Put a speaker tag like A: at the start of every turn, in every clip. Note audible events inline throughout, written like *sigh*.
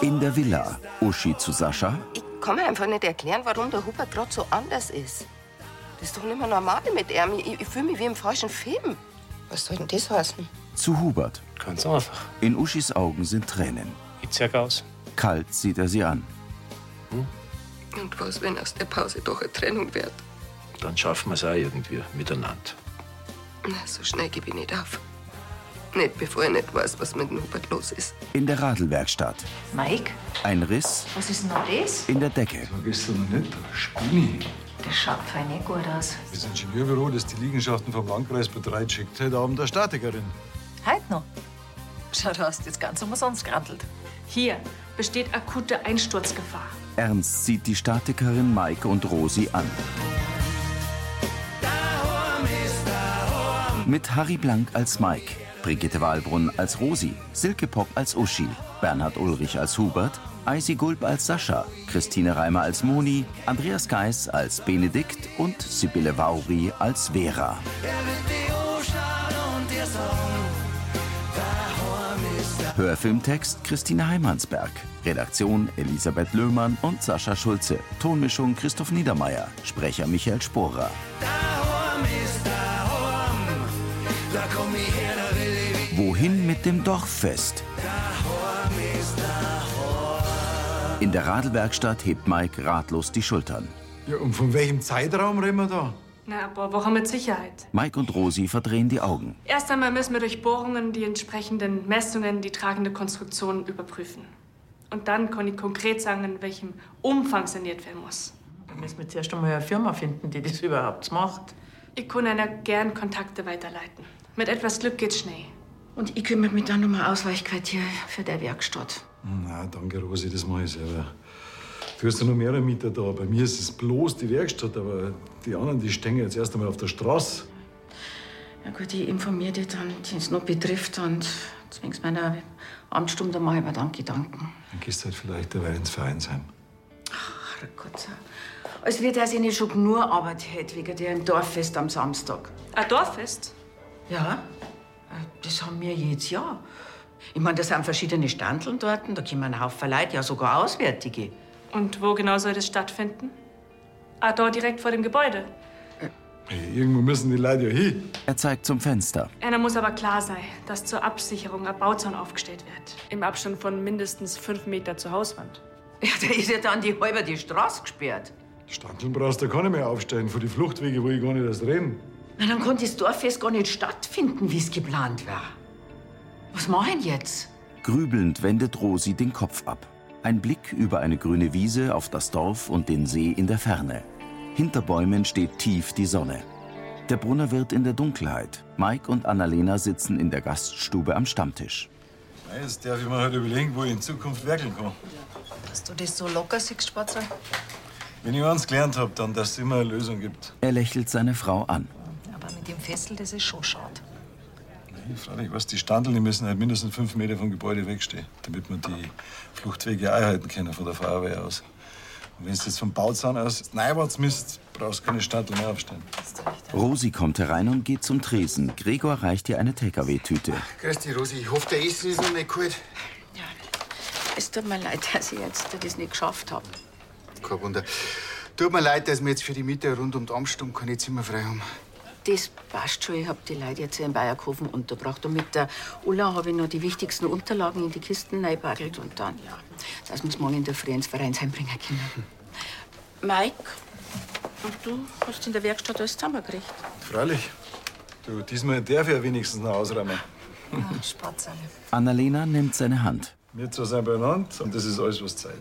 A: In der Villa. Uschi zu Sascha.
B: Ich kann mir einfach nicht erklären, warum der Hubert gerade so anders ist. Das ist doch nicht mehr normal mit ihm. Ich, ich fühle mich wie im falschen Film. Was soll denn das heißen?
A: Zu Hubert.
C: Ganz einfach.
A: In Uschis Augen sind Tränen.
C: Ich zeig aus.
A: Kalt sieht er sie an.
B: Und was, wenn aus der Pause doch eine Trennung wird?
D: Dann schaffen wir es auch irgendwie miteinander.
B: Na, so schnell gebe ich nicht auf. Nicht, bevor ich nicht weiß, was mit dem Hubert los ist.
A: In der Radlwerkstatt.
E: Mike,
A: Ein Riss
E: was ist denn da das?
A: in der Decke.
F: Vergiss aber nicht, da Spini.
E: Das schaut fein nicht gut aus.
F: Das Ingenieurbüro, das die Liegenschaften vom Landkreis betreut, schickt heute Abend eine Statikerin.
E: Halt noch. Schau, du hast das Ganze umsonst gerandelt.
G: Hier besteht akute Einsturzgefahr.
A: Ernst sieht die Statikerin Maike und Rosi an. Mit Harry Blank als Mike, Brigitte Wahlbrunn als Rosi, Silke Popp als Uschi, Bernhard Ulrich als Hubert, Eisi Gulb als Sascha, Christine Reimer als Moni, Andreas Geis als Benedikt und Sibylle Vauri als Vera. Hörfilmtext Christine Heimansberg. Redaktion Elisabeth Löhmann und Sascha Schulze. Tonmischung Christoph Niedermeier. Sprecher Michael Sporer. Wohin mit dem Dorffest? In der Radlwerkstatt hebt Mike ratlos die Schultern.
F: Ja, und von welchem Zeitraum reden wir da?
G: Na, aber Woche mit Sicherheit.
A: Mike und Rosi verdrehen die Augen.
G: Erst einmal müssen wir durch Bohrungen die entsprechenden Messungen, die tragende Konstruktion überprüfen. Und dann kann ich konkret sagen, in welchem Umfang saniert werden muss.
H: Dann müssen wir zuerst einmal eine Firma finden, die das überhaupt macht.
G: Ich kann einer gern Kontakte weiterleiten. Mit etwas Glück geht's schnell.
E: Und ich kümmere mich dann um ein Ausweichquartier für der Werkstatt.
F: Na, danke, Rosi, das mache ich selber. Du hast ja noch mehrere Mieter da. Bei mir ist es bloß die Werkstatt, aber die anderen, die stehen jetzt erst einmal auf der Straße.
E: Ja gut, ich informiere dich dann, die es noch betrifft und zwingst meiner Amtsstunde da mache ich mir dann Gedanken.
F: Dann gehst du halt vielleicht derweil ins Vereinsheim.
E: Ach Gott, als wird er sich nicht schon nur Arbeit hätte wegen deren Dorffest am Samstag.
G: Ein Dorffest?
H: Ja, äh, das haben wir jedes Jahr. Ich meine, da sind verschiedene Standeln dort, da kommen ein Haufen Leute, ja sogar Auswärtige. *laughs*
G: Und wo genau soll das stattfinden? Ah, da direkt vor dem Gebäude.
F: Hey, irgendwo müssen die Leute ja hin.
A: Er zeigt zum Fenster.
G: Einer muss aber klar sein, dass zur Absicherung ein Bauzaun aufgestellt wird. Im Abstand von mindestens fünf Meter zur Hauswand.
H: Ja, da ist ja dann die halbe die Straße gesperrt.
F: Die Standeln brauchst du keine mehr aufstellen. Für die Fluchtwege will ich gar nicht erst reden.
H: Na, dann konnte das Dorffest gar nicht stattfinden, wie es geplant war. Was machen jetzt?
A: Grübelnd wendet Rosi den Kopf ab. Ein Blick über eine grüne Wiese auf das Dorf und den See in der Ferne. Hinter Bäumen steht tief die Sonne. Der Brunner wird in der Dunkelheit. Mike und Annalena sitzen in der Gaststube am Stammtisch.
F: Jetzt darf ich mir halt überlegen, wo ich in Zukunft werkeln kann.
E: Dass du das so locker siehst, Spatzer.
F: Wenn ich eins gelernt habe, dann, dass es immer eine Lösung gibt.
A: Er lächelt seine Frau an.
E: Aber mit dem Fessel, das ist schon schade.
F: Ich frage dich, was die Standeln, die müssen halt mindestens fünf Meter vom Gebäude wegstehen, damit man die Fluchtwege einhalten können von der Feuerwehr aus. Und wenn du jetzt vom Bauzaun aus neiwärts misst, brauchst du keine Standeln mehr aufstellen.
A: Rosi kommt herein und geht zum Tresen. Gregor reicht ihr eine TKW-Tüte.
I: Grüß dich, Rosi. Ich hoffe, der Essen ist noch nicht kalt.
E: Es tut mir leid, dass ich jetzt das nicht geschafft habe.
I: Kein Wunder. Tut mir leid, dass wir jetzt für die Mieter rund um die Amtstunde keine Zimmer frei haben.
E: Das passt schon. Ich habe die Leute jetzt hier in Bayerkofen unterbracht. Und mit der Ulla habe ich noch die wichtigsten Unterlagen in die Kisten reingebaggelt. Und dann, ja, dass wir es morgen in der Früh ins Vereinsheim bringen können.
I: Hm.
E: Mike, und du hast in der Werkstatt alles zusammengekriegt.
F: Freilich. Du, diesmal darf ich ja wenigstens noch ausräumen.
E: Ja, Spatzerle.
A: Annalena nimmt seine Hand.
F: Wir zwei sind beieinander und das ist alles, was Zeit.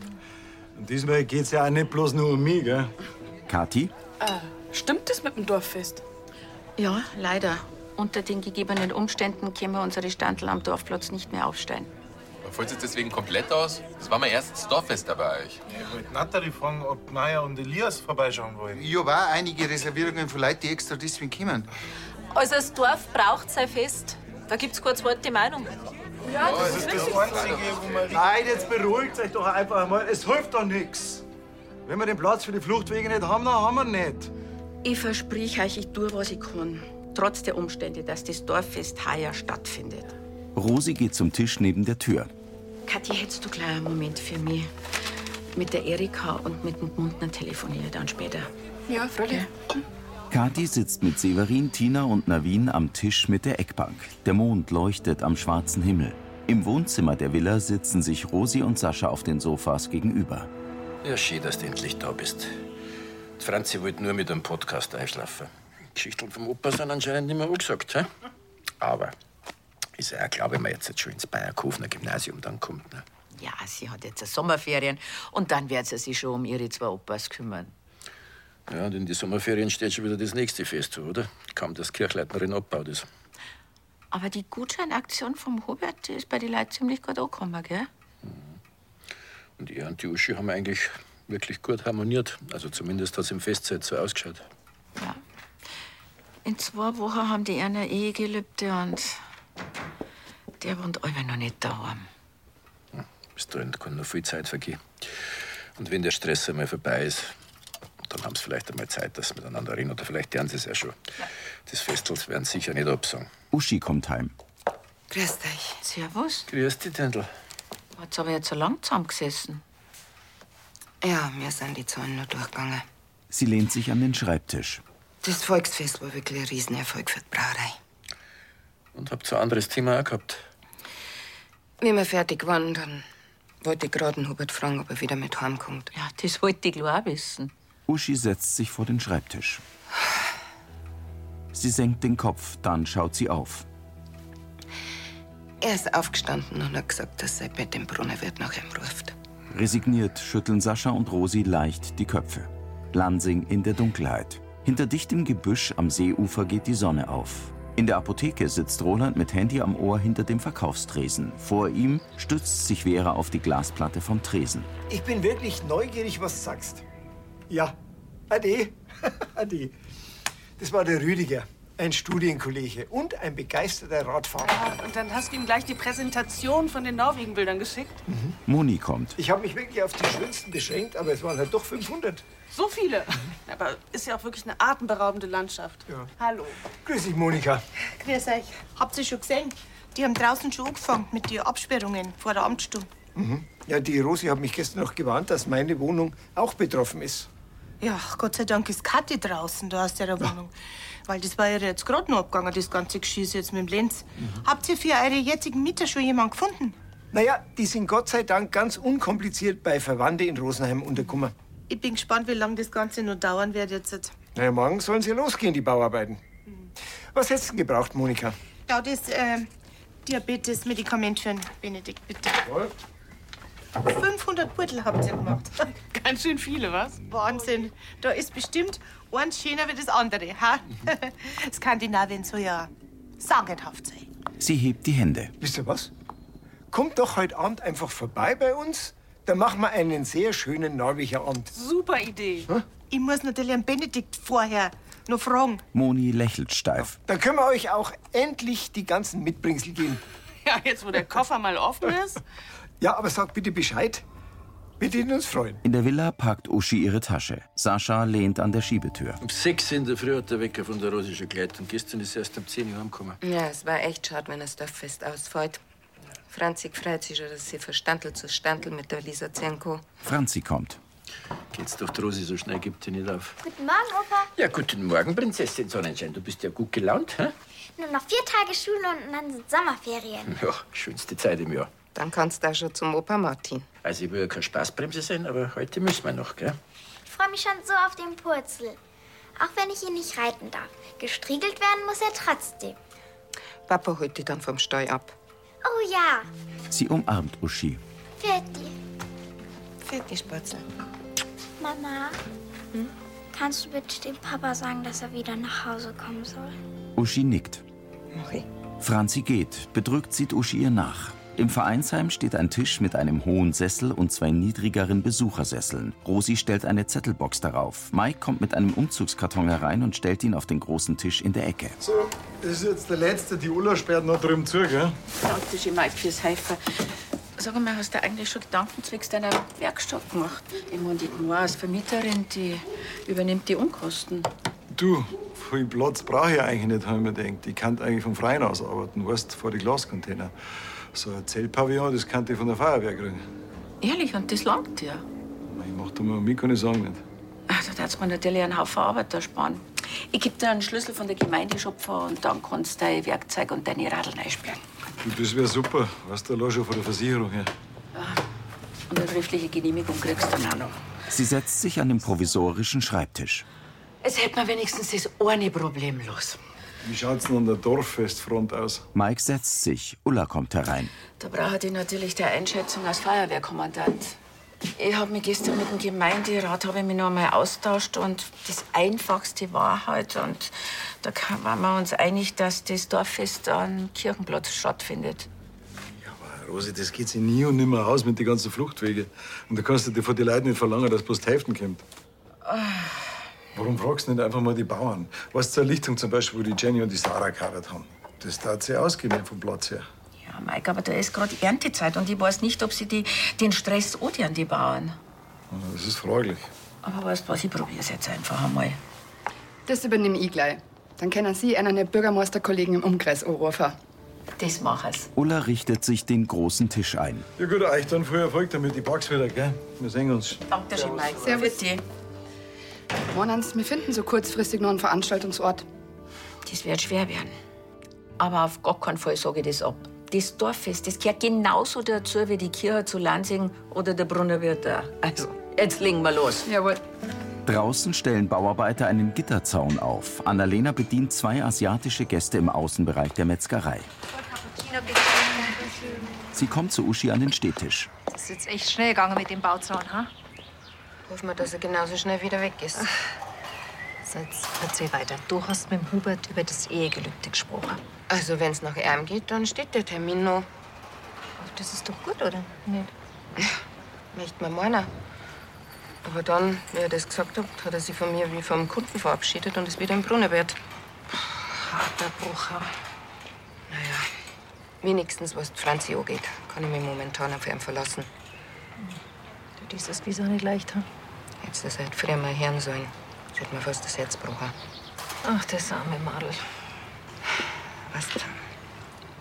F: Und diesmal geht's ja auch nicht bloß nur um mich, gell?
A: Kathi,
J: Stimmt das mit dem Dorffest?
E: Ja, leider. Unter den gegebenen Umständen können wir unsere Standel am Dorfplatz nicht mehr aufstellen.
K: Fällt es deswegen komplett aus? Das war mein erstes Dorffest dabei euch.
J: Ich wollte Nathalie fragen, ob Naya und Elias vorbeischauen wollen.
I: Ich habe auch einige Reservierungen für Leute, die extra deswegen kommen.
G: Also, das Dorf braucht sein Fest. Da gibt's kurz die Meinung.
F: Nein, jetzt beruhigt euch doch einfach einmal. Es hilft doch nichts. Wenn wir den Platz für die Fluchtwege nicht haben, dann haben wir ihn nicht.
E: Ich verspreche euch, ich tue, was ich kann. Trotz der Umstände, dass das Dorffest heuer stattfindet.
A: Rosi geht zum Tisch neben der Tür.
E: Kathi, hättest du gleich einen Moment für mich? Mit der Erika und mit dem Mundner telefoniere ich dann später.
B: Ja, Fräulein.
A: Kathi sitzt mit Severin, Tina und Navin am Tisch mit der Eckbank. Der Mond leuchtet am schwarzen Himmel. Im Wohnzimmer der Villa sitzen sich Rosi und Sascha auf den Sofas gegenüber.
D: Ja, schön, dass du endlich da bist. Die Franzi wollte nur mit einem Podcast einschlafen. Geschichten vom Opa sind anscheinend nicht mehr angesagt. He? Aber ist ja auch klar, wenn man jetzt, jetzt schon ins Bayerkofener Gymnasium dann kommt. Ne?
E: Ja, sie hat jetzt eine Sommerferien und dann wird sie sich schon um ihre zwei Opas kümmern.
D: Ja, und in die Sommerferien steht schon wieder das nächste Fest, oder? Kaum das Kirchleitnerin abbaut ist.
E: Aber die Gutscheinaktion vom Hubert, die ist bei den Leuten ziemlich gut angekommen, gell?
D: Und er und die Uschi haben eigentlich wirklich gut harmoniert. Also zumindest hat es im Festzeit so ausgeschaut.
E: In zwei Wochen haben die eine Ehegelübde und der wohnt alle noch nicht daheim.
D: Bis dahin halt kann noch viel Zeit vergehen. Und wenn der Stress einmal vorbei ist, dann haben sie vielleicht einmal Zeit, dass sie miteinander reden. Oder vielleicht lernen sie es ja schon. Das Festels werden sie sicher nicht absagen.
A: Uschi kommt heim.
E: Grüß dich. Servus.
D: Grüß dich, Tendl.
E: Hat's aber jetzt so lang zusammengesessen.
B: Ja, mir sind die Zahlen nur durchgegangen.
A: Sie lehnt sich an den Schreibtisch.
B: Das Volksfest war wirklich ein Riesenerfolg für die Brauerei.
D: Und habt so ein anderes Thema auch gehabt.
B: Wie wir fertig waren, dann wollte ich gerade den Hubert fragen, ob er wieder mit heimkommt.
E: Ja, das wollte ich gleich auch wissen.
A: Uschi setzt sich vor den Schreibtisch. Sie senkt den Kopf, dann schaut sie auf.
B: Er ist aufgestanden und hat gesagt, dass er bei dem Brunnerwirt nach ihm ruft.
A: Resigniert schütteln Sascha und Rosi leicht die Köpfe. Lansing in der Dunkelheit. Hinter dichtem Gebüsch am Seeufer geht die Sonne auf. In der Apotheke sitzt Roland mit Handy am Ohr hinter dem Verkaufstresen. Vor ihm stützt sich Vera auf die Glasplatte vom Tresen.
C: Ich bin wirklich neugierig, was du sagst. Ja, Ade. Ade. Das war der Rüdiger, ein Studienkollege und ein begeisterter
L: Ah,
C: Radfahrer.
M: Und dann hast du ihm gleich die Präsentation von den Norwegen-Bildern geschickt.
A: Moni kommt.
C: Ich habe mich wirklich auf die schönsten beschränkt, aber es waren halt doch 500.
M: So viele. Aber ist ja auch wirklich eine atemberaubende Landschaft. Hallo.
C: Grüß dich, Monika.
N: Grüß euch. Habt ihr schon gesehen? Die haben draußen schon angefangen mit den Absperrungen vor der Amtsstunde.
C: Mhm. Ja, die Rosi hat mich gestern noch gewarnt, dass meine Wohnung auch betroffen ist.
N: Ja, Gott sei Dank ist Kathi draußen da aus der Wohnung. Weil das war ja jetzt gerade noch abgegangen, das ganze Geschieß jetzt mit dem Lenz. Habt ihr für eure jetzigen Mieter schon jemanden gefunden?
C: Naja, die sind Gott sei Dank ganz unkompliziert bei Verwandte in Rosenheim untergekommen.
N: Ich bin gespannt, wie lange das Ganze noch dauern wird jetzt.
C: Na ja, morgen sollen sie losgehen, die Bauarbeiten. Was hättest du denn gebraucht, Monika?
N: Ja, das äh, Diabetes-Medikament für den Benedikt, bitte. 500 Beutel habt ihr gemacht.
M: *laughs* Ganz schön viele, was?
N: Wahnsinn. Da ist bestimmt eins schöner wie das andere. Ha?
C: Mhm.
N: *laughs* Skandinavien soll ja sagenhaft sein.
A: Sie hebt die Hände.
C: Wisst ihr was? Kommt doch heute Abend einfach vorbei bei uns. Dann machen wir einen sehr schönen Norweger Abend.
N: Super Idee. Ich muss natürlich an Benedikt vorher noch fragen.
A: Moni lächelt steif.
C: Dann können wir euch auch endlich die ganzen Mitbringsel geben.
M: Ja, jetzt wo der Koffer mal offen ist.
C: Ja, aber sag bitte Bescheid. Wir würden uns freuen.
A: In der Villa packt Uschi ihre Tasche. Sascha lehnt an der Schiebetür.
D: Um sechs in der Früh hat der Wecker von der Rosi schon geleitet. Und gestern ist er erst um 10 Uhr heimgekommen.
B: Ja, es war echt schade, wenn das Dorffest ausfällt. Franzig freut sich schon, dass sie von Standel zu Standel mit der Lisa Zenko.
A: Franzi kommt.
D: Geht's doch, die Rosi, so schnell gibt die nicht auf.
O: Guten Morgen, Opa.
D: Ja, guten Morgen, Prinzessin Sonnenschein. Du bist ja gut gelaunt, hä?
O: Nur noch vier Tage Schule und dann sind Sommerferien.
D: Ja, schönste Zeit im Jahr.
B: Dann kannst du auch schon zum Opa Martin.
D: Also, ich will ja keine Spaßbremse sein, aber heute müssen wir noch, gell?
O: Ich freue mich schon so auf den Purzel. Auch wenn ich ihn nicht reiten darf. Gestriegelt werden muss er trotzdem.
B: Papa holt dich dann vom Steu ab.
O: Oh ja,
A: Sie umarmt Uschi.
O: Fertig.
B: Fällt die Spatzel.
O: Mama, kannst du bitte dem Papa sagen, dass er wieder nach Hause kommen soll?
A: Uschi nickt. Franzi geht. Bedrückt sieht Uschi ihr nach. Im Vereinsheim steht ein Tisch mit einem hohen Sessel und zwei niedrigeren Besuchersesseln. Rosi stellt eine Zettelbox darauf. Mike kommt mit einem Umzugskarton herein und stellt ihn auf den großen Tisch in der Ecke.
F: So, das ist jetzt der letzte. Die Ulla sperrt noch drüben zu, gell?
E: Danke schon mal fürs Helfen. Sag mal, hast du eigentlich schon Gedanken zwecks deiner Werkstatt gemacht? Ich meine, die Noir als Vermieterin, die übernimmt die Unkosten.
F: Du, viel Platz brauche ich eigentlich nicht, habe ich mir gedacht. Ich kann eigentlich vom Freien aus arbeiten, weißt, vor die Glascontainer. So ein Zeltpavillon, das kannte ich von der Feuerwehr kriegen.
E: Ehrlich, und das langt dir.
F: Ich mach da mal mit, kann ich sagen nicht.
E: Ach, da darfst man natürlich einen Haufen Arbeit ersparen. Ich gebe dir einen Schlüssel von der Gemeindeschopfer und dann kannst du dein Werkzeug und deine Radl einsperren.
F: Du, das wäre super. Weißt du, allein schon von der Versicherung her.
E: Und eine schriftliche Genehmigung kriegst du dann auch noch.
A: Sie setzt sich an den provisorischen Schreibtisch.
E: Es hält man wenigstens das eine Problem los.
F: Wie schaut's denn an der Dorffestfront aus?
A: Mike setzt sich, Ulla kommt herein.
E: Da brauche ich natürlich der Einschätzung als Feuerwehrkommandant. Ich habe mich gestern mit dem Gemeinderat habe ich mich noch einmal austauscht und das Einfachste war halt und da kam- waren wir uns einig, dass das Dorffest am Kirchenplatz stattfindet.
F: Rosi, das geht sich nie und nimmer aus mit den ganzen Fluchtwege. Und da kannst du dir von den Leuten nicht verlangen, dass bloß die Hälfte kommt. Warum fragst du nicht einfach mal die Bauern? Was zur Lichtung zum Beispiel, wo die Jenny und die Sarah geheiratet haben? Das tat sie ausgehen vom Platz her.
E: Ja, Mike, aber da ist gerade Erntezeit und ich weiß nicht, ob sie die, den Stress odieren, die Bauern.
F: Das ist fraglich.
E: Aber weißt du was, ich probiere es jetzt einfach einmal.
P: Das übernehme ich gleich. Dann können Sie einen der Bürgermeisterkollegen im Umkreis anrufen.
E: Das mache ich.
A: Ulla richtet sich den großen Tisch ein.
F: Ja gut, euch dann viel Erfolg damit. Ich pack's wieder, gell? Wir sehen uns.
E: Dankeschön, Mike.
P: Servus. Monans, wir finden so kurzfristig noch einen Veranstaltungsort.
E: Das wird schwer werden. Aber auf gar keinen Fall sage ich das ab. Das Dorffest, das gehört genauso dazu wie die Kirche zu Lansing oder der Brunner Wirt da. Also, jetzt legen wir los.
P: Jawohl.
A: Draußen stellen Bauarbeiter einen Gitterzaun auf. Annalena bedient zwei asiatische Gäste im Außenbereich der Metzgerei. Sie kommt zu Uschi an den Stehtisch.
Q: Das ist jetzt echt schnell gegangen mit dem Bauzahn, ha?
R: Hoffen wir, dass er genauso schnell wieder weg ist. So, jetzt erzähl weiter. Du hast mit dem Hubert über das Ehegelübde gesprochen.
B: Also, wenn's nach ihm geht, dann steht der Termin noch.
R: Das ist doch gut, oder? Nicht?
B: Nicht mal meiner. Aber dann, wie er das gesagt hat, hat er sich von mir wie vom Kunden verabschiedet und ist wieder im Brunnenbett. Harter Brucher. Naja, wenigstens was die Franzi angeht, kann ich mich momentan auf ihn verlassen.
R: Du dies ist wieso nicht leicht, ha?
B: Jetzt ist er halt früher mal Herrn sollen. Das hat mir fast das Herz gebrochen.
R: Ach, das arme Madel.
B: Weißt du,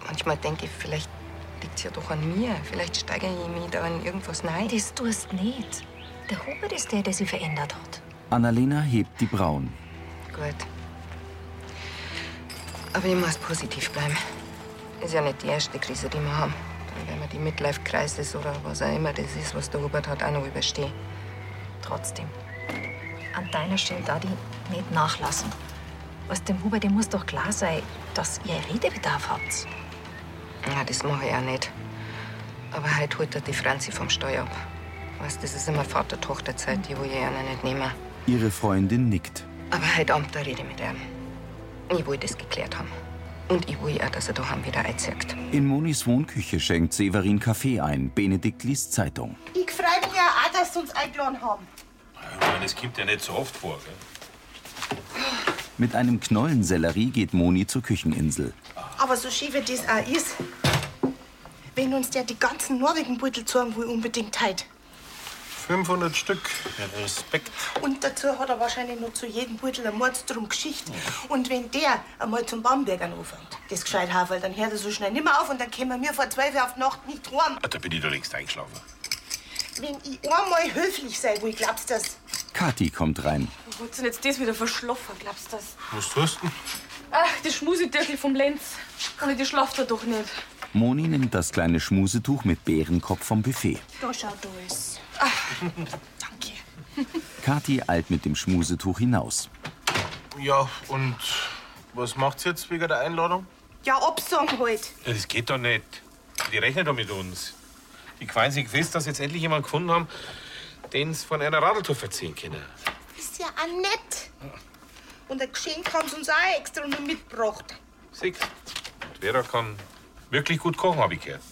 B: manchmal denke ich, vielleicht liegt's ja doch an mir. Vielleicht steigere ich mich da in irgendwas rein.
R: Das tust nicht. Der Hubert ist der, der sie verändert hat.
A: Annalena hebt die Brauen.
B: Gut. Aber ich muss positiv bleiben. Ist ja nicht die erste Krise, die wir haben. Dann werden wir die Midlife-Crisis oder was auch immer das ist, was der Hubert hat, auch noch überstehen.
R: Trotzdem. An deiner Stelle da die nicht nachlassen. Was dem Hubert, dem muss doch klar sein, dass ihr Redebedarf habt.
B: Ja, das mache ich auch nicht. Aber heute holt er die Franzi vom Steuer ab. Weißt, das ist immer Vater-Tochter-Zeit, die will ich einer nicht nehmen.
A: Ihre Freundin nickt.
B: Aber heute Abend da rede ich mit ihm. Ich will das geklärt haben. Und ich will auch, dass er daheim wieder einzieht.
A: In Monis Wohnküche schenkt Severin Kaffee ein. Benedikt liest Zeitung.
N: Ich freue mich ja auch, dass sie uns eingeladen haben.
S: Ich meine, es kommt ja nicht so oft vor. Gell?
A: Mit einem Knollensellerie geht Moni zur Kücheninsel.
N: Aber so schön wie das auch ist, wenn uns der die ganzen Norwegenbeutel zeigen will, unbedingt heute.
T: 500 Stück. Respekt.
N: Und dazu hat er wahrscheinlich noch zu jedem Beutel eine Mordstrom Geschichte. Und wenn der einmal zum Bamberger anfängt, das gescheit Haferl, dann hört er so schnell nimmer auf und dann kämen wir vor zwölf auf die Nacht nicht heim.
S: Ah, Da bin ich doch längst eingeschlafen.
N: Wenn ich einmal höflich sei, wo ich glaubst das?
A: Kathi kommt rein.
L: Wo hat's denn jetzt das wieder verschlafen, glaubst du das?
S: Was tust du?
L: Ach, die Schmusideckel vom Lenz. Aber die schlaft er doch nicht.
A: Moni nimmt das kleine Schmusetuch mit Bärenkopf vom Buffet.
L: Da schaut alles.
A: Kathi eilt mit dem Schmusetuch hinaus.
T: Ja, und was macht's jetzt wegen der Einladung?
N: Ja, Absang halt.
S: Ja, das geht doch nicht. Die rechnen doch mit uns. Die quälen sich gewiss, dass sie jetzt endlich jemanden gefunden haben, den sie von einer Radeltour verziehen können.
N: Ist ja auch nett. Und ein Geschenk haben sie uns auch extra noch mitgebracht.
S: Sieg. Und Vera kann wirklich gut kochen, habe ich gehört.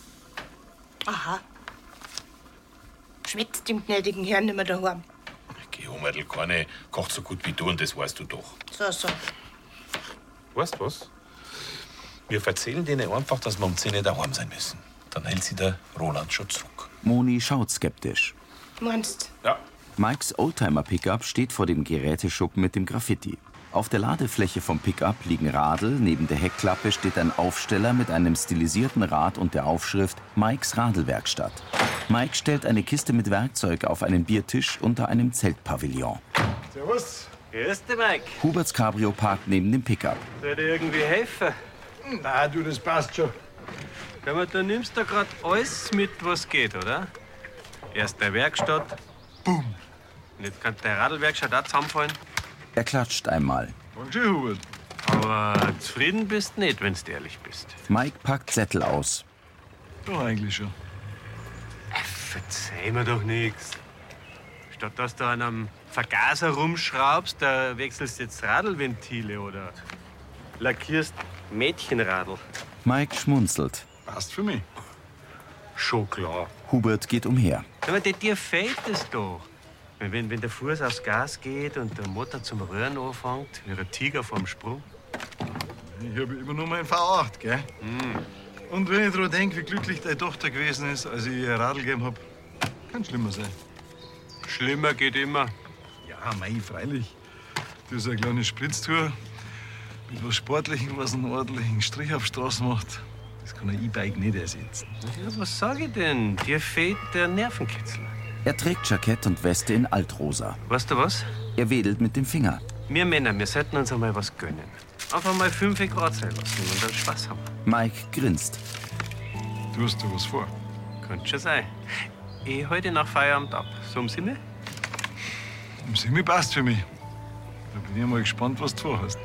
N: Aha. Schwätzt dem gnädigen Herrn nicht mehr daheim.
S: Die Hummerl, keine kocht so gut wie du und das weißt du doch.
N: So, so.
S: Weißt du was? Wir erzählen denen einfach, dass wir um 10 Uhr daheim sein müssen. Dann hält sie der Roland schon zurück.
A: Moni schaut skeptisch.
N: Meinst
S: Ja.
A: Mikes Oldtimer-Pickup steht vor dem Geräteschuppen mit dem Graffiti. Auf der Ladefläche vom Pickup liegen Radl, neben der Heckklappe steht ein Aufsteller mit einem stilisierten Rad und der Aufschrift Mikes Radlwerkstatt. Mike stellt eine Kiste mit Werkzeug auf einen Biertisch unter einem Zeltpavillon.
U: Servus. Grüß dich, Mike.
A: Huberts Cabrio parkt neben dem Pickup.
U: Soll ich dir irgendwie helfen?
V: Na, du, das passt schon.
U: Schau mal, du nimmst da grad alles mit, was geht, oder? Erst der Werkstatt. Boom. Und jetzt kann der Radlwerkstatt auch zusammenfallen.
A: Er klatscht einmal.
U: Und Hubert. Aber zufrieden bist nicht, wenn du ehrlich bist.
A: Mike packt Sättel aus.
F: Ja, eigentlich schon.
U: Verzeih mir doch nichts. Statt dass du an einem Vergaser rumschraubst, da wechselst du jetzt Radlventile oder lackierst Mädchenradl.
A: Mike schmunzelt.
U: Passt für mich. Schon klar.
A: Hubert geht umher.
U: Aber dir- dir fehlt es doch. Wenn, wenn- wenn der Fuß aufs Gas geht und der Motor zum Röhren anfängt, wie ein Tiger vorm Sprung.
F: Ich habe immer nur meinen V8, gell? Hm. Und wenn ich daran denke, wie glücklich deine Tochter gewesen ist, als ich ihr ein Radl gegeben habe, kann schlimmer sein.
U: Schlimmer geht immer.
F: Ja, mei, freilich. Das ist eine kleine Spritztour. Mit was Sportlichem, was einen ordentlichen Strich auf die Straße macht, das kann ein E-Bike nicht ersetzen.
U: Ja, was sag ich denn? Dir fehlt der Nervenkitzel.
A: Er trägt Jackett und Weste in Altrosa.
U: Weißt du was?
A: Er wedelt mit dem Finger.
U: Wir Männer, wir sollten uns einmal was gönnen. Einfach mal fünf Grad sein lassen und dann Spaß haben.
A: Mike grinst.
F: Du hast dir was vor.
U: Könnte schon sein. Ich heute nach Feierabend ab. So im Sinne?
F: Im Semi passt für mich. Da bin ich mal gespannt, was du vorhast.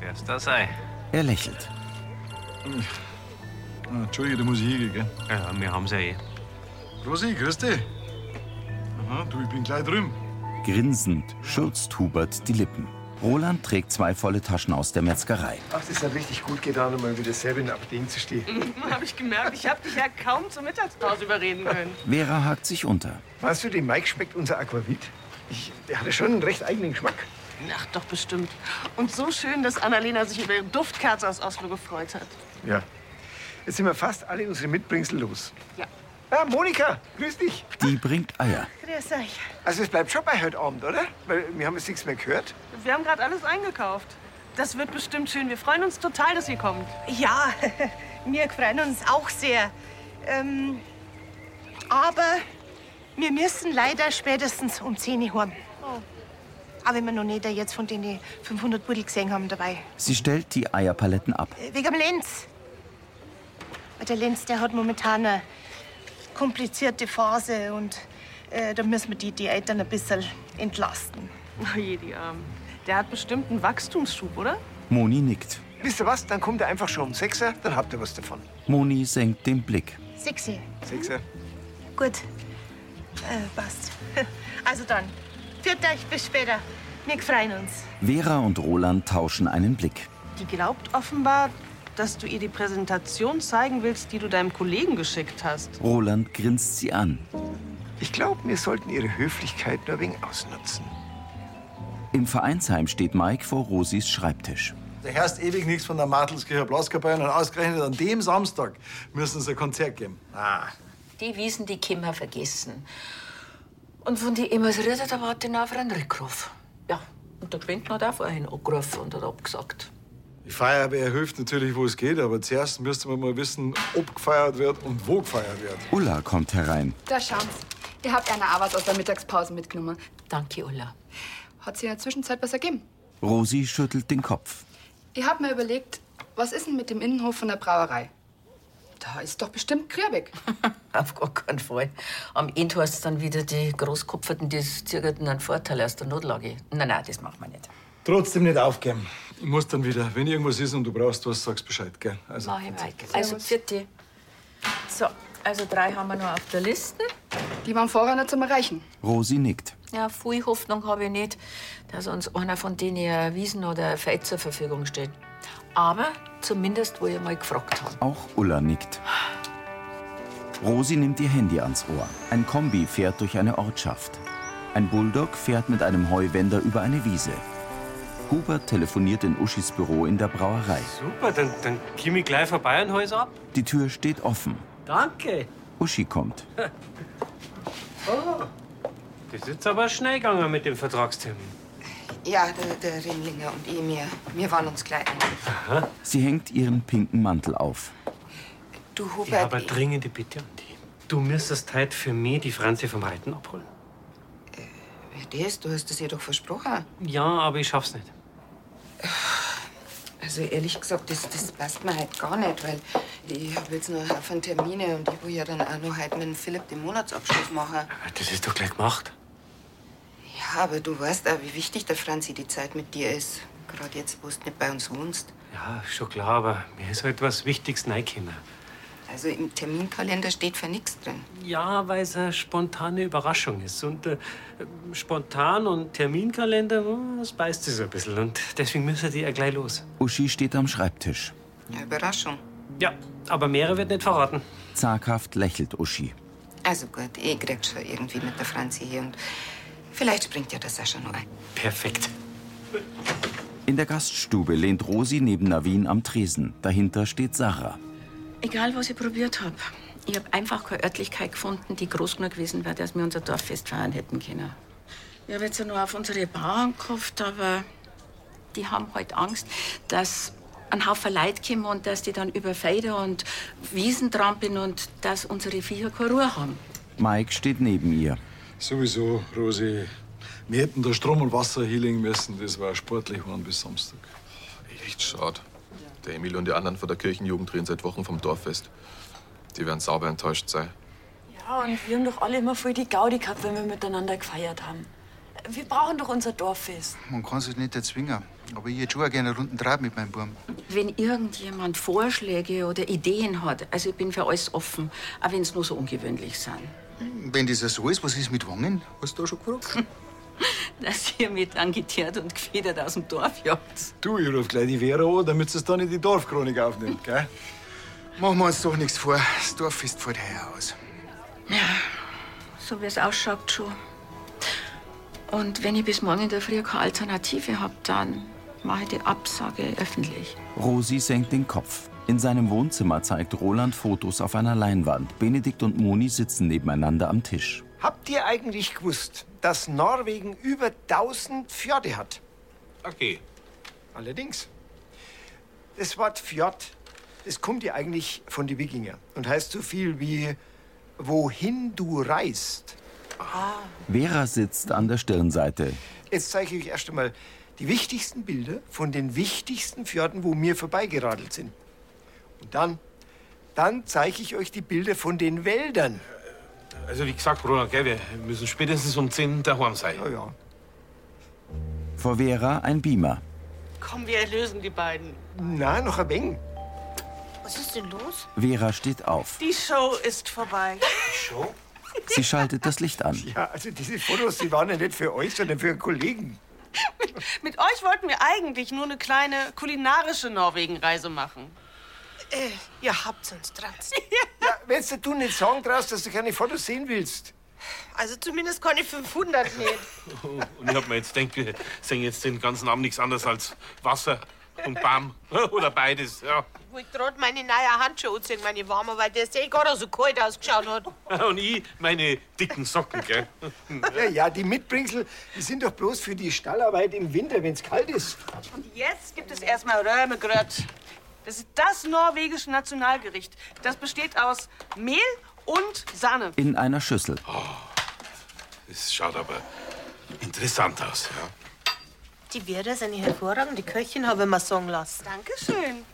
U: Darf's da sein.
A: Er lächelt.
F: Ah, Entschuldige, da muss ich hingehen, gell?
U: Ja, wir haben's ja eh.
F: Rosi, grüß dich. Aha, du, ich bin gleich drüben.
A: Grinsend schürzt Hubert die Lippen. Roland trägt zwei volle Taschen aus der Metzgerei.
C: Ach, das hat richtig gut getan, um mal wieder selber in Aberdeen zu stehen.
R: Habe ich gemerkt, ich habe dich ja kaum zur Mittagspause überreden können.
A: Vera hakt sich unter.
C: Weißt du, dem Mike schmeckt unser Aquavit? Ich, der hat ja schon einen recht eigenen Geschmack.
W: Ach, doch bestimmt. Und so schön, dass Annalena sich über ihre Duftkerze aus Oslo gefreut hat.
C: Ja. Jetzt sind wir fast alle unsere Mitbringsel los.
W: Ja.
C: Ah, Monika, grüß dich.
A: Die bringt Eier.
W: Grüß euch.
C: Also es bleibt schon bei heute Abend, oder? Weil wir haben jetzt nichts mehr gehört.
W: Wir haben gerade alles eingekauft. Das wird bestimmt schön. Wir freuen uns total, dass ihr kommt. Ja, wir freuen uns auch sehr.
N: Ähm, aber wir müssen leider spätestens um 10 Uhr heim. Auch wenn wir noch nicht jetzt von den 500 Pudel gesehen haben dabei.
A: Sie stellt die Eierpaletten ab.
N: Äh, Wegen dem Lenz. Weil Der Lenz, der hat momentan eine komplizierte Phase und äh, da müssen wir die, die Eltern ein bisschen entlasten.
W: Oh je, die Armen. Der hat bestimmt einen Wachstumsschub, oder?
A: Moni nickt.
C: Wisst ihr was? Dann kommt er einfach schon um 6 Uhr, dann habt ihr was davon.
A: Moni senkt den Blick.
N: Sexy.
C: 6 Uhr.
N: Gut. Äh, passt. *laughs* Also dann, führt euch bis später. Wir freuen uns.
A: Vera und Roland tauschen einen Blick.
W: Die glaubt offenbar, dass du ihr die Präsentation zeigen willst, die du deinem Kollegen geschickt hast.
A: Roland grinst sie an.
C: Ich glaube, wir sollten ihre Höflichkeit nur ein wenig ausnutzen.
A: Im Vereinsheim steht Mike vor Rosis Schreibtisch.
F: Da hörst ewig nichts von der Martelskircher Blaskapelle und ausgerechnet an dem Samstag müssen sie ein Konzert geben. Ah.
E: Die Wiesen, die können wir vergessen. Und von die Emmas Ritter, da warte ich noch auf einen Rückruf. Ja, und der Quentin hat auch vorhin angerufen und hat abgesagt.
F: Die Feuerwehr hilft natürlich, wo es geht, aber zuerst müsste man mal wissen, ob gefeiert wird und wo gefeiert wird.
A: Ulla kommt herein.
X: Da schauen's. Ihr habt einer auch was aus der Mittagspause mitgenommen.
E: Danke, Ulla.
X: Hat sich in der Zwischenzeit was ergeben?
A: Rosi schüttelt den Kopf.
X: Ich hab mir überlegt, was ist denn mit dem Innenhof von der Brauerei? Da ist doch bestimmt Kriebig.
E: Auf gar keinen Fall. Am Ende hast du dann wieder die Großkopferten, die zögerten einen Vorteil aus der Notlage. Nein, nein, das machen wir nicht.
F: Trotzdem nicht aufgeben. Ich muss dann wieder. Wenn irgendwas ist und du brauchst was, sagst Bescheid, gell? Also,
E: Mach ich Mike. Also, vierte. So, also drei haben wir noch auf der Liste.
X: Die waren vorher nicht zum Erreichen.
A: Rosi nickt.
E: Ja, viel Hoffnung habe ich nicht, dass uns einer von denen ein Wiesen oder ein Feld zur Verfügung steht. Aber zumindest, wo ihr mal gefragt habt.
A: Auch Ulla nickt. Rosi nimmt ihr Handy ans Ohr. Ein Kombi fährt durch eine Ortschaft. Ein Bulldog fährt mit einem Heuwender über eine Wiese. Hubert telefoniert in Uschis Büro in der Brauerei.
U: Super, dann, dann komm ich gleich vorbei und hol's ab.
A: Die Tür steht offen.
U: Danke.
A: Uschi kommt.
U: Oh, das ist aber schnell gegangen mit dem Vertragstermin.
B: Ja, der, der Rimlinger und ich, wir, wir waren uns gleich einig.
A: Aha. Sie hängt ihren pinken Mantel auf.
B: Du, Hubert,
H: Ja, aber
B: ich-
H: dringende Bitte an dich. Du müsstest heute für mich die Franzi vom Reiten abholen.
B: wer das? Du hast es ihr doch versprochen.
H: Ja, aber ich schaff's nicht.
B: Also ehrlich gesagt, das, das passt mir halt gar nicht, weil ich habe jetzt noch einen Haufen Termine und ich will ja dann auch noch heute mit dem Philipp den Monatsabschluss machen.
H: Das ist doch gleich gemacht.
B: Ja, aber du weißt auch, wie wichtig der Franzi die Zeit mit dir ist. Gerade jetzt, wo du nicht bei uns wohnst.
H: Ja, schon klar, aber mir ist halt was Wichtiges reingekommen.
B: Also im Terminkalender steht für nichts drin.
H: Ja, weil es eine spontane Überraschung ist. Und äh, spontan und Terminkalender, hm, das beißt sich so ein bisschen. Und deswegen müssen die ja gleich los.
A: Uschi steht am Schreibtisch.
B: Eine Überraschung.
H: Ja, aber mehrere wird nicht verraten.
A: Zaghaft lächelt Uschi.
B: Also gut, ich krieg schon irgendwie mit der Franzi hier und vielleicht springt ja der Sascha noch ein.
H: Perfekt.
A: In der Gaststube lehnt Rosi neben Navin am Tresen. Dahinter steht Sarah.
E: Egal, was ich probiert habe. Ich habe einfach keine Örtlichkeit gefunden, die groß genug gewesen wäre, dass wir unser Dorffest feiern hätten können. Ich habe jetzt ja nur auf unsere Bauern gehofft, aber die haben halt Angst, dass ein Haufen Leute kommen und dass die dann über Felder und Wiesen trampeln und dass unsere Viecher keine Ruhe haben.
A: Mike steht neben ihr.
F: Sowieso, Rosi. Wir hätten da Strom und Wasser hinlegen müssen. Das war sportlich waren bis Samstag.
K: Echt schade. Der Emil und die anderen von der Kirchenjugend reden seit Wochen vom Dorffest. Die werden sauber enttäuscht sein.
L: Ja, und wir haben doch alle immer voll die Gaudi gehabt, wenn wir miteinander gefeiert haben. Wir brauchen doch unser Dorffest.
I: Man kann sich nicht erzwingen. Aber ich hätte schon auch gerne einen runden Draht mit meinem Buben.
E: Wenn irgendjemand Vorschläge oder Ideen hat, also ich bin für alles offen, auch wenn es nur so ungewöhnlich sind. *laughs*
I: Wenn das ja so ist, was ist mit Wangen? Hast du da schon gefragt?
E: dass ihr mit angetiert und gefedert aus dem Dorf jagt.
F: *laughs* Du, ich ruf gleich die Vera an, damit sie es dann in die Dorfchronik aufnimmt, gell?
I: Machen wir uns doch nichts vor. Das Dorffest fällt heuer aus.
E: So wie es ausschaut schon. Und wenn ich bis morgen in der Früh keine Alternative habe, dann mache ich die Absage öffentlich.
A: Rosi senkt den Kopf. In seinem Wohnzimmer zeigt Roland Fotos auf einer Leinwand. Benedikt und Moni sitzen nebeneinander am Tisch.
C: Habt ihr eigentlich gewusst, dass Norwegen über 1000 Fjorde hat?
J: Okay.
C: Allerdings. Das Wort Fjord, das kommt ja eigentlich von den Wikinger und heißt so viel wie wohin du reist.
A: Vera sitzt an der Stirnseite.
C: Jetzt zeige ich euch erst einmal die wichtigsten Bilder von den wichtigsten Fjorden, wo wir vorbeigeradelt sind. Und dann, dann zeige ich euch die Bilder von den Wäldern.
S: Also, wie gesagt, Roland, gell, wir müssen spätestens um 10 daheim sein. Ja,
C: ja.
A: Vor Vera ein Beamer.
R: Komm, wir erlösen die beiden.
C: Na, noch ein wenig.
R: Was ist denn los?
A: Vera steht auf.
R: Die Show ist vorbei.
C: Show?
A: Sie schaltet das Licht an.
C: Ja, also diese Fotos, die waren ja nicht für euch, sondern für einen Kollegen.
R: Mit euch wollten wir eigentlich nur eine kleine kulinarische Norwegen-Reise machen.
N: Äh, ihr habt uns dran.
R: *laughs*
C: Ja, wenn du nicht sagen traust, dass du keine Fotos sehen willst.
N: Also zumindest kann ich 500
S: *laughs*
N: nehmen.
S: Oh, Und ich hab mir jetzt gedacht, wir sehen jetzt den ganzen Abend nichts anderes als Wasser und Bam. Oder beides, ja.
N: Wo ich gerade meine neue Handschuhe anziehen, meine warme, weil der See gerade so kalt ausgeschaut hat.
S: Und ich meine dicken Socken, gell?
C: Ja, ja, die Mitbringsel, die sind doch bloß für die Stallarbeit im Winter, wenn's kalt ist.
R: Und jetzt gibt es erstmal Römegröt. Das ist das norwegische Nationalgericht. Das besteht aus Mehl und Sahne.
A: In einer Schüssel.
S: Das schaut aber interessant aus, ja.
N: Die Vera ist eine hervorragende Köchin, habe ich mir sagen lassen.
R: Dankeschön.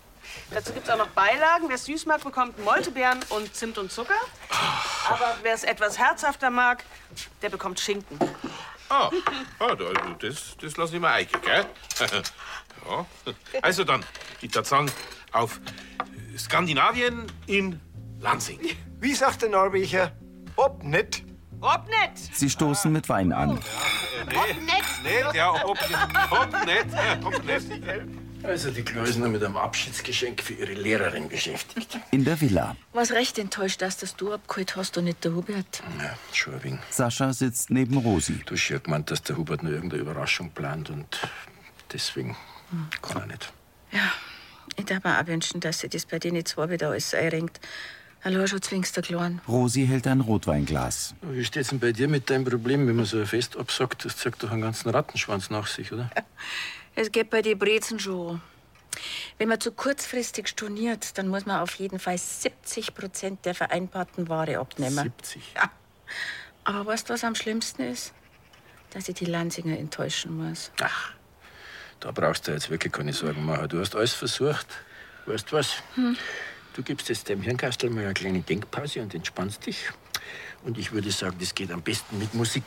R: Dazu gibt es auch noch Beilagen. Wer süß mag, bekommt Moltebeeren und Zimt und Zucker. Aber wer es etwas herzhafter mag, der bekommt Schinken.
S: Ah, ah da- also das, das lasse ich mir eigen, gell? *laughs* ja. Also dann, ich würde sagen, auf Skandinavien in Lansing.
C: Wie sagt der Norweger? Ob nicht.
R: Ob nicht.
A: Sie stoßen mit Wein an.
S: Ob
N: nicht.
S: Nicht, ja, ob, ob nicht. Ob nicht.
D: Also die Klösner mit einem Abschiedsgeschenk für ihre Lehrerin beschäftigt.
A: In der Villa.
E: Was recht enttäuscht, dass das du abgeholt hast und nicht der Hubert.
D: Ja, Entschuldigung.
A: Sascha sitzt neben Rosi.
D: Du hast ja gemeint, dass der Hubert nur irgendeine Überraschung plant und deswegen
E: Hm.
D: kann er nicht.
E: Ich darf mir auch wünschen, dass sie das bei denen zwei wieder alles einrenkt. Allein schon zwingst du klein.
A: Rosi hält ein Rotweinglas.
D: Wie steht's denn bei dir mit deinem Problem, wenn man so ein Fest absagt? Das zeigt doch einen ganzen Rattenschwanz nach sich, oder?
E: Es geht bei den Brezen schon. an. Wenn man zu kurzfristig storniert, dann muss man auf jeden Fall 70 Prozent der vereinbarten Ware abnehmen.
D: 70?
E: Ja. Aber weißt du, was am schlimmsten ist? Dass ich die Lansinger enttäuschen muss.
D: Ach. Da brauchst du jetzt wirklich keine Sorgen machen. Du hast alles versucht. Weißt du was?
E: Hm.
D: Du gibst jetzt dem Hirnkastel mal eine kleine Denkpause und entspannst dich. Und ich würde sagen, das geht am besten mit Musik.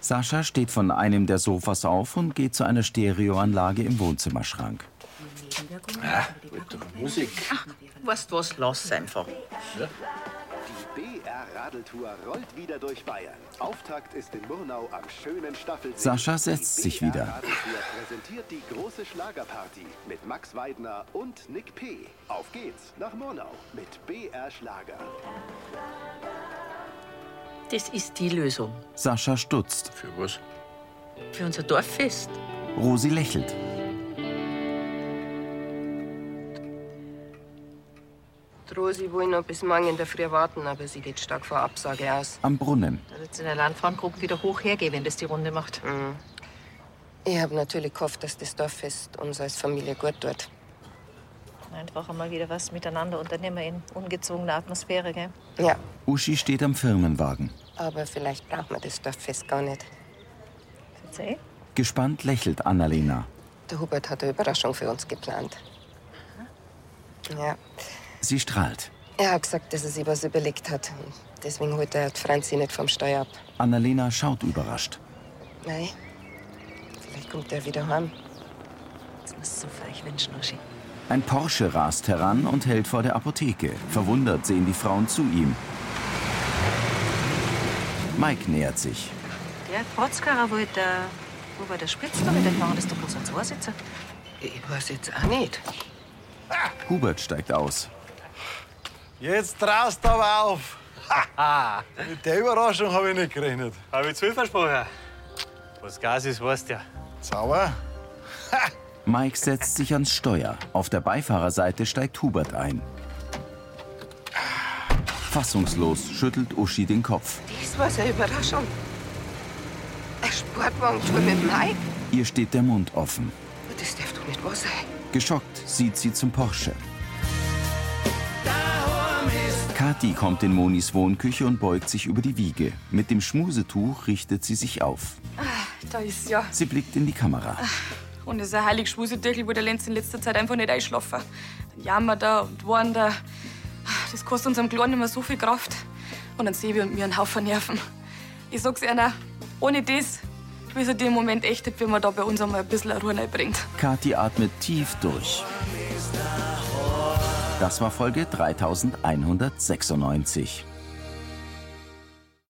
A: Sascha steht von einem der Sofas auf und geht zu einer Stereoanlage im Wohnzimmerschrank.
D: Ah, wollte doch Musik.
E: Weißt du was? Lass einfach.
Y: Die BR-Radeltour rollt wieder durch Bayern. Auftakt ist in Murnau am schönen Staffelsee.
A: Sascha setzt sich wieder.
Y: Radeltour präsentiert die große Schlagerparty mit Max Weidner und Nick P. Auf geht's nach Murnau mit BR Schlager.
E: Das ist die Lösung
A: Sascha stutzt.
D: Für was?
E: für unser Dorffest.
A: Rosi lächelt.
B: Rosi will noch bis morgen in der Früh warten, aber sie geht stark vor Absage aus.
A: Am Brunnen.
B: Da wird es in der Landfrauengruppe wieder hoch hergehen, wenn das die Runde macht. Ich habe natürlich gehofft, dass das Dorffest uns als Familie gut tut.
Z: Einfach mal wieder was miteinander unternehmen in ungezogener Atmosphäre, gell?
B: Ja,
A: Uschi steht am Firmenwagen.
B: aber vielleicht braucht man das Dorffest gar nicht.
A: Gespannt lächelt Annalena.
B: Der Hubert hat eine Überraschung für uns geplant. Ja,
A: Sie strahlt.
B: er hat gesagt, dass er sich was überlegt hat. Deswegen holt er die Franzi nicht vom Steuer ab.
A: Annalena schaut überrascht.
B: Nein, vielleicht kommt er wieder heim.
Z: Das musst du für euch wünschen, Uschi.
A: Ein Porsche rast heran und hält vor der Apotheke. Verwundert sehen die Frauen zu ihm. Mike nähert sich.
Z: Der Protzkarer wollte, äh, wo war der Spritzler wieder machen, dass der bloß ein Zweisitzer.
B: Ich weiß jetzt auch nicht.
A: Hubert steigt aus.
F: Jetzt traust du aber auf. *laughs* Mit der Überraschung habe ich nicht gerechnet.
U: Habe ich zu viel versprochen. Was Gas ist, weißt du ja.
F: Sauer?
A: Mike setzt sich ans Steuer. Auf der Beifahrerseite steigt Hubert ein. Fassungslos schüttelt Uschi den Kopf.
B: Das war so eine Überraschung. Eine Sportwagentour mit Mike?
A: Ihr steht der Mund offen.
B: Das darf doch nicht wahr sein.
A: Geschockt sieht sie zum Porsche. Kathi kommt in Monis Wohnküche und beugt sich über die Wiege. Mit dem Schmusetuch richtet sie sich auf.
L: Da ist ja.
A: Sie blickt in die Kamera.
L: Und dieser heilig Schwusedürkel, wo der Lenz in letzter Zeit einfach nicht einschlafen. Dann jammert er und warnt er. Das kostet uns am Kleinen immer so viel Kraft. Und dann Sebi und mir einen Haufen Nerven. Ich sag's einer, ohne das wieso die im Moment echt nicht, wenn man da bei uns einmal ein bisschen Ruhe reinbringt.
A: Kathi atmet tief durch. Das war Folge 3196.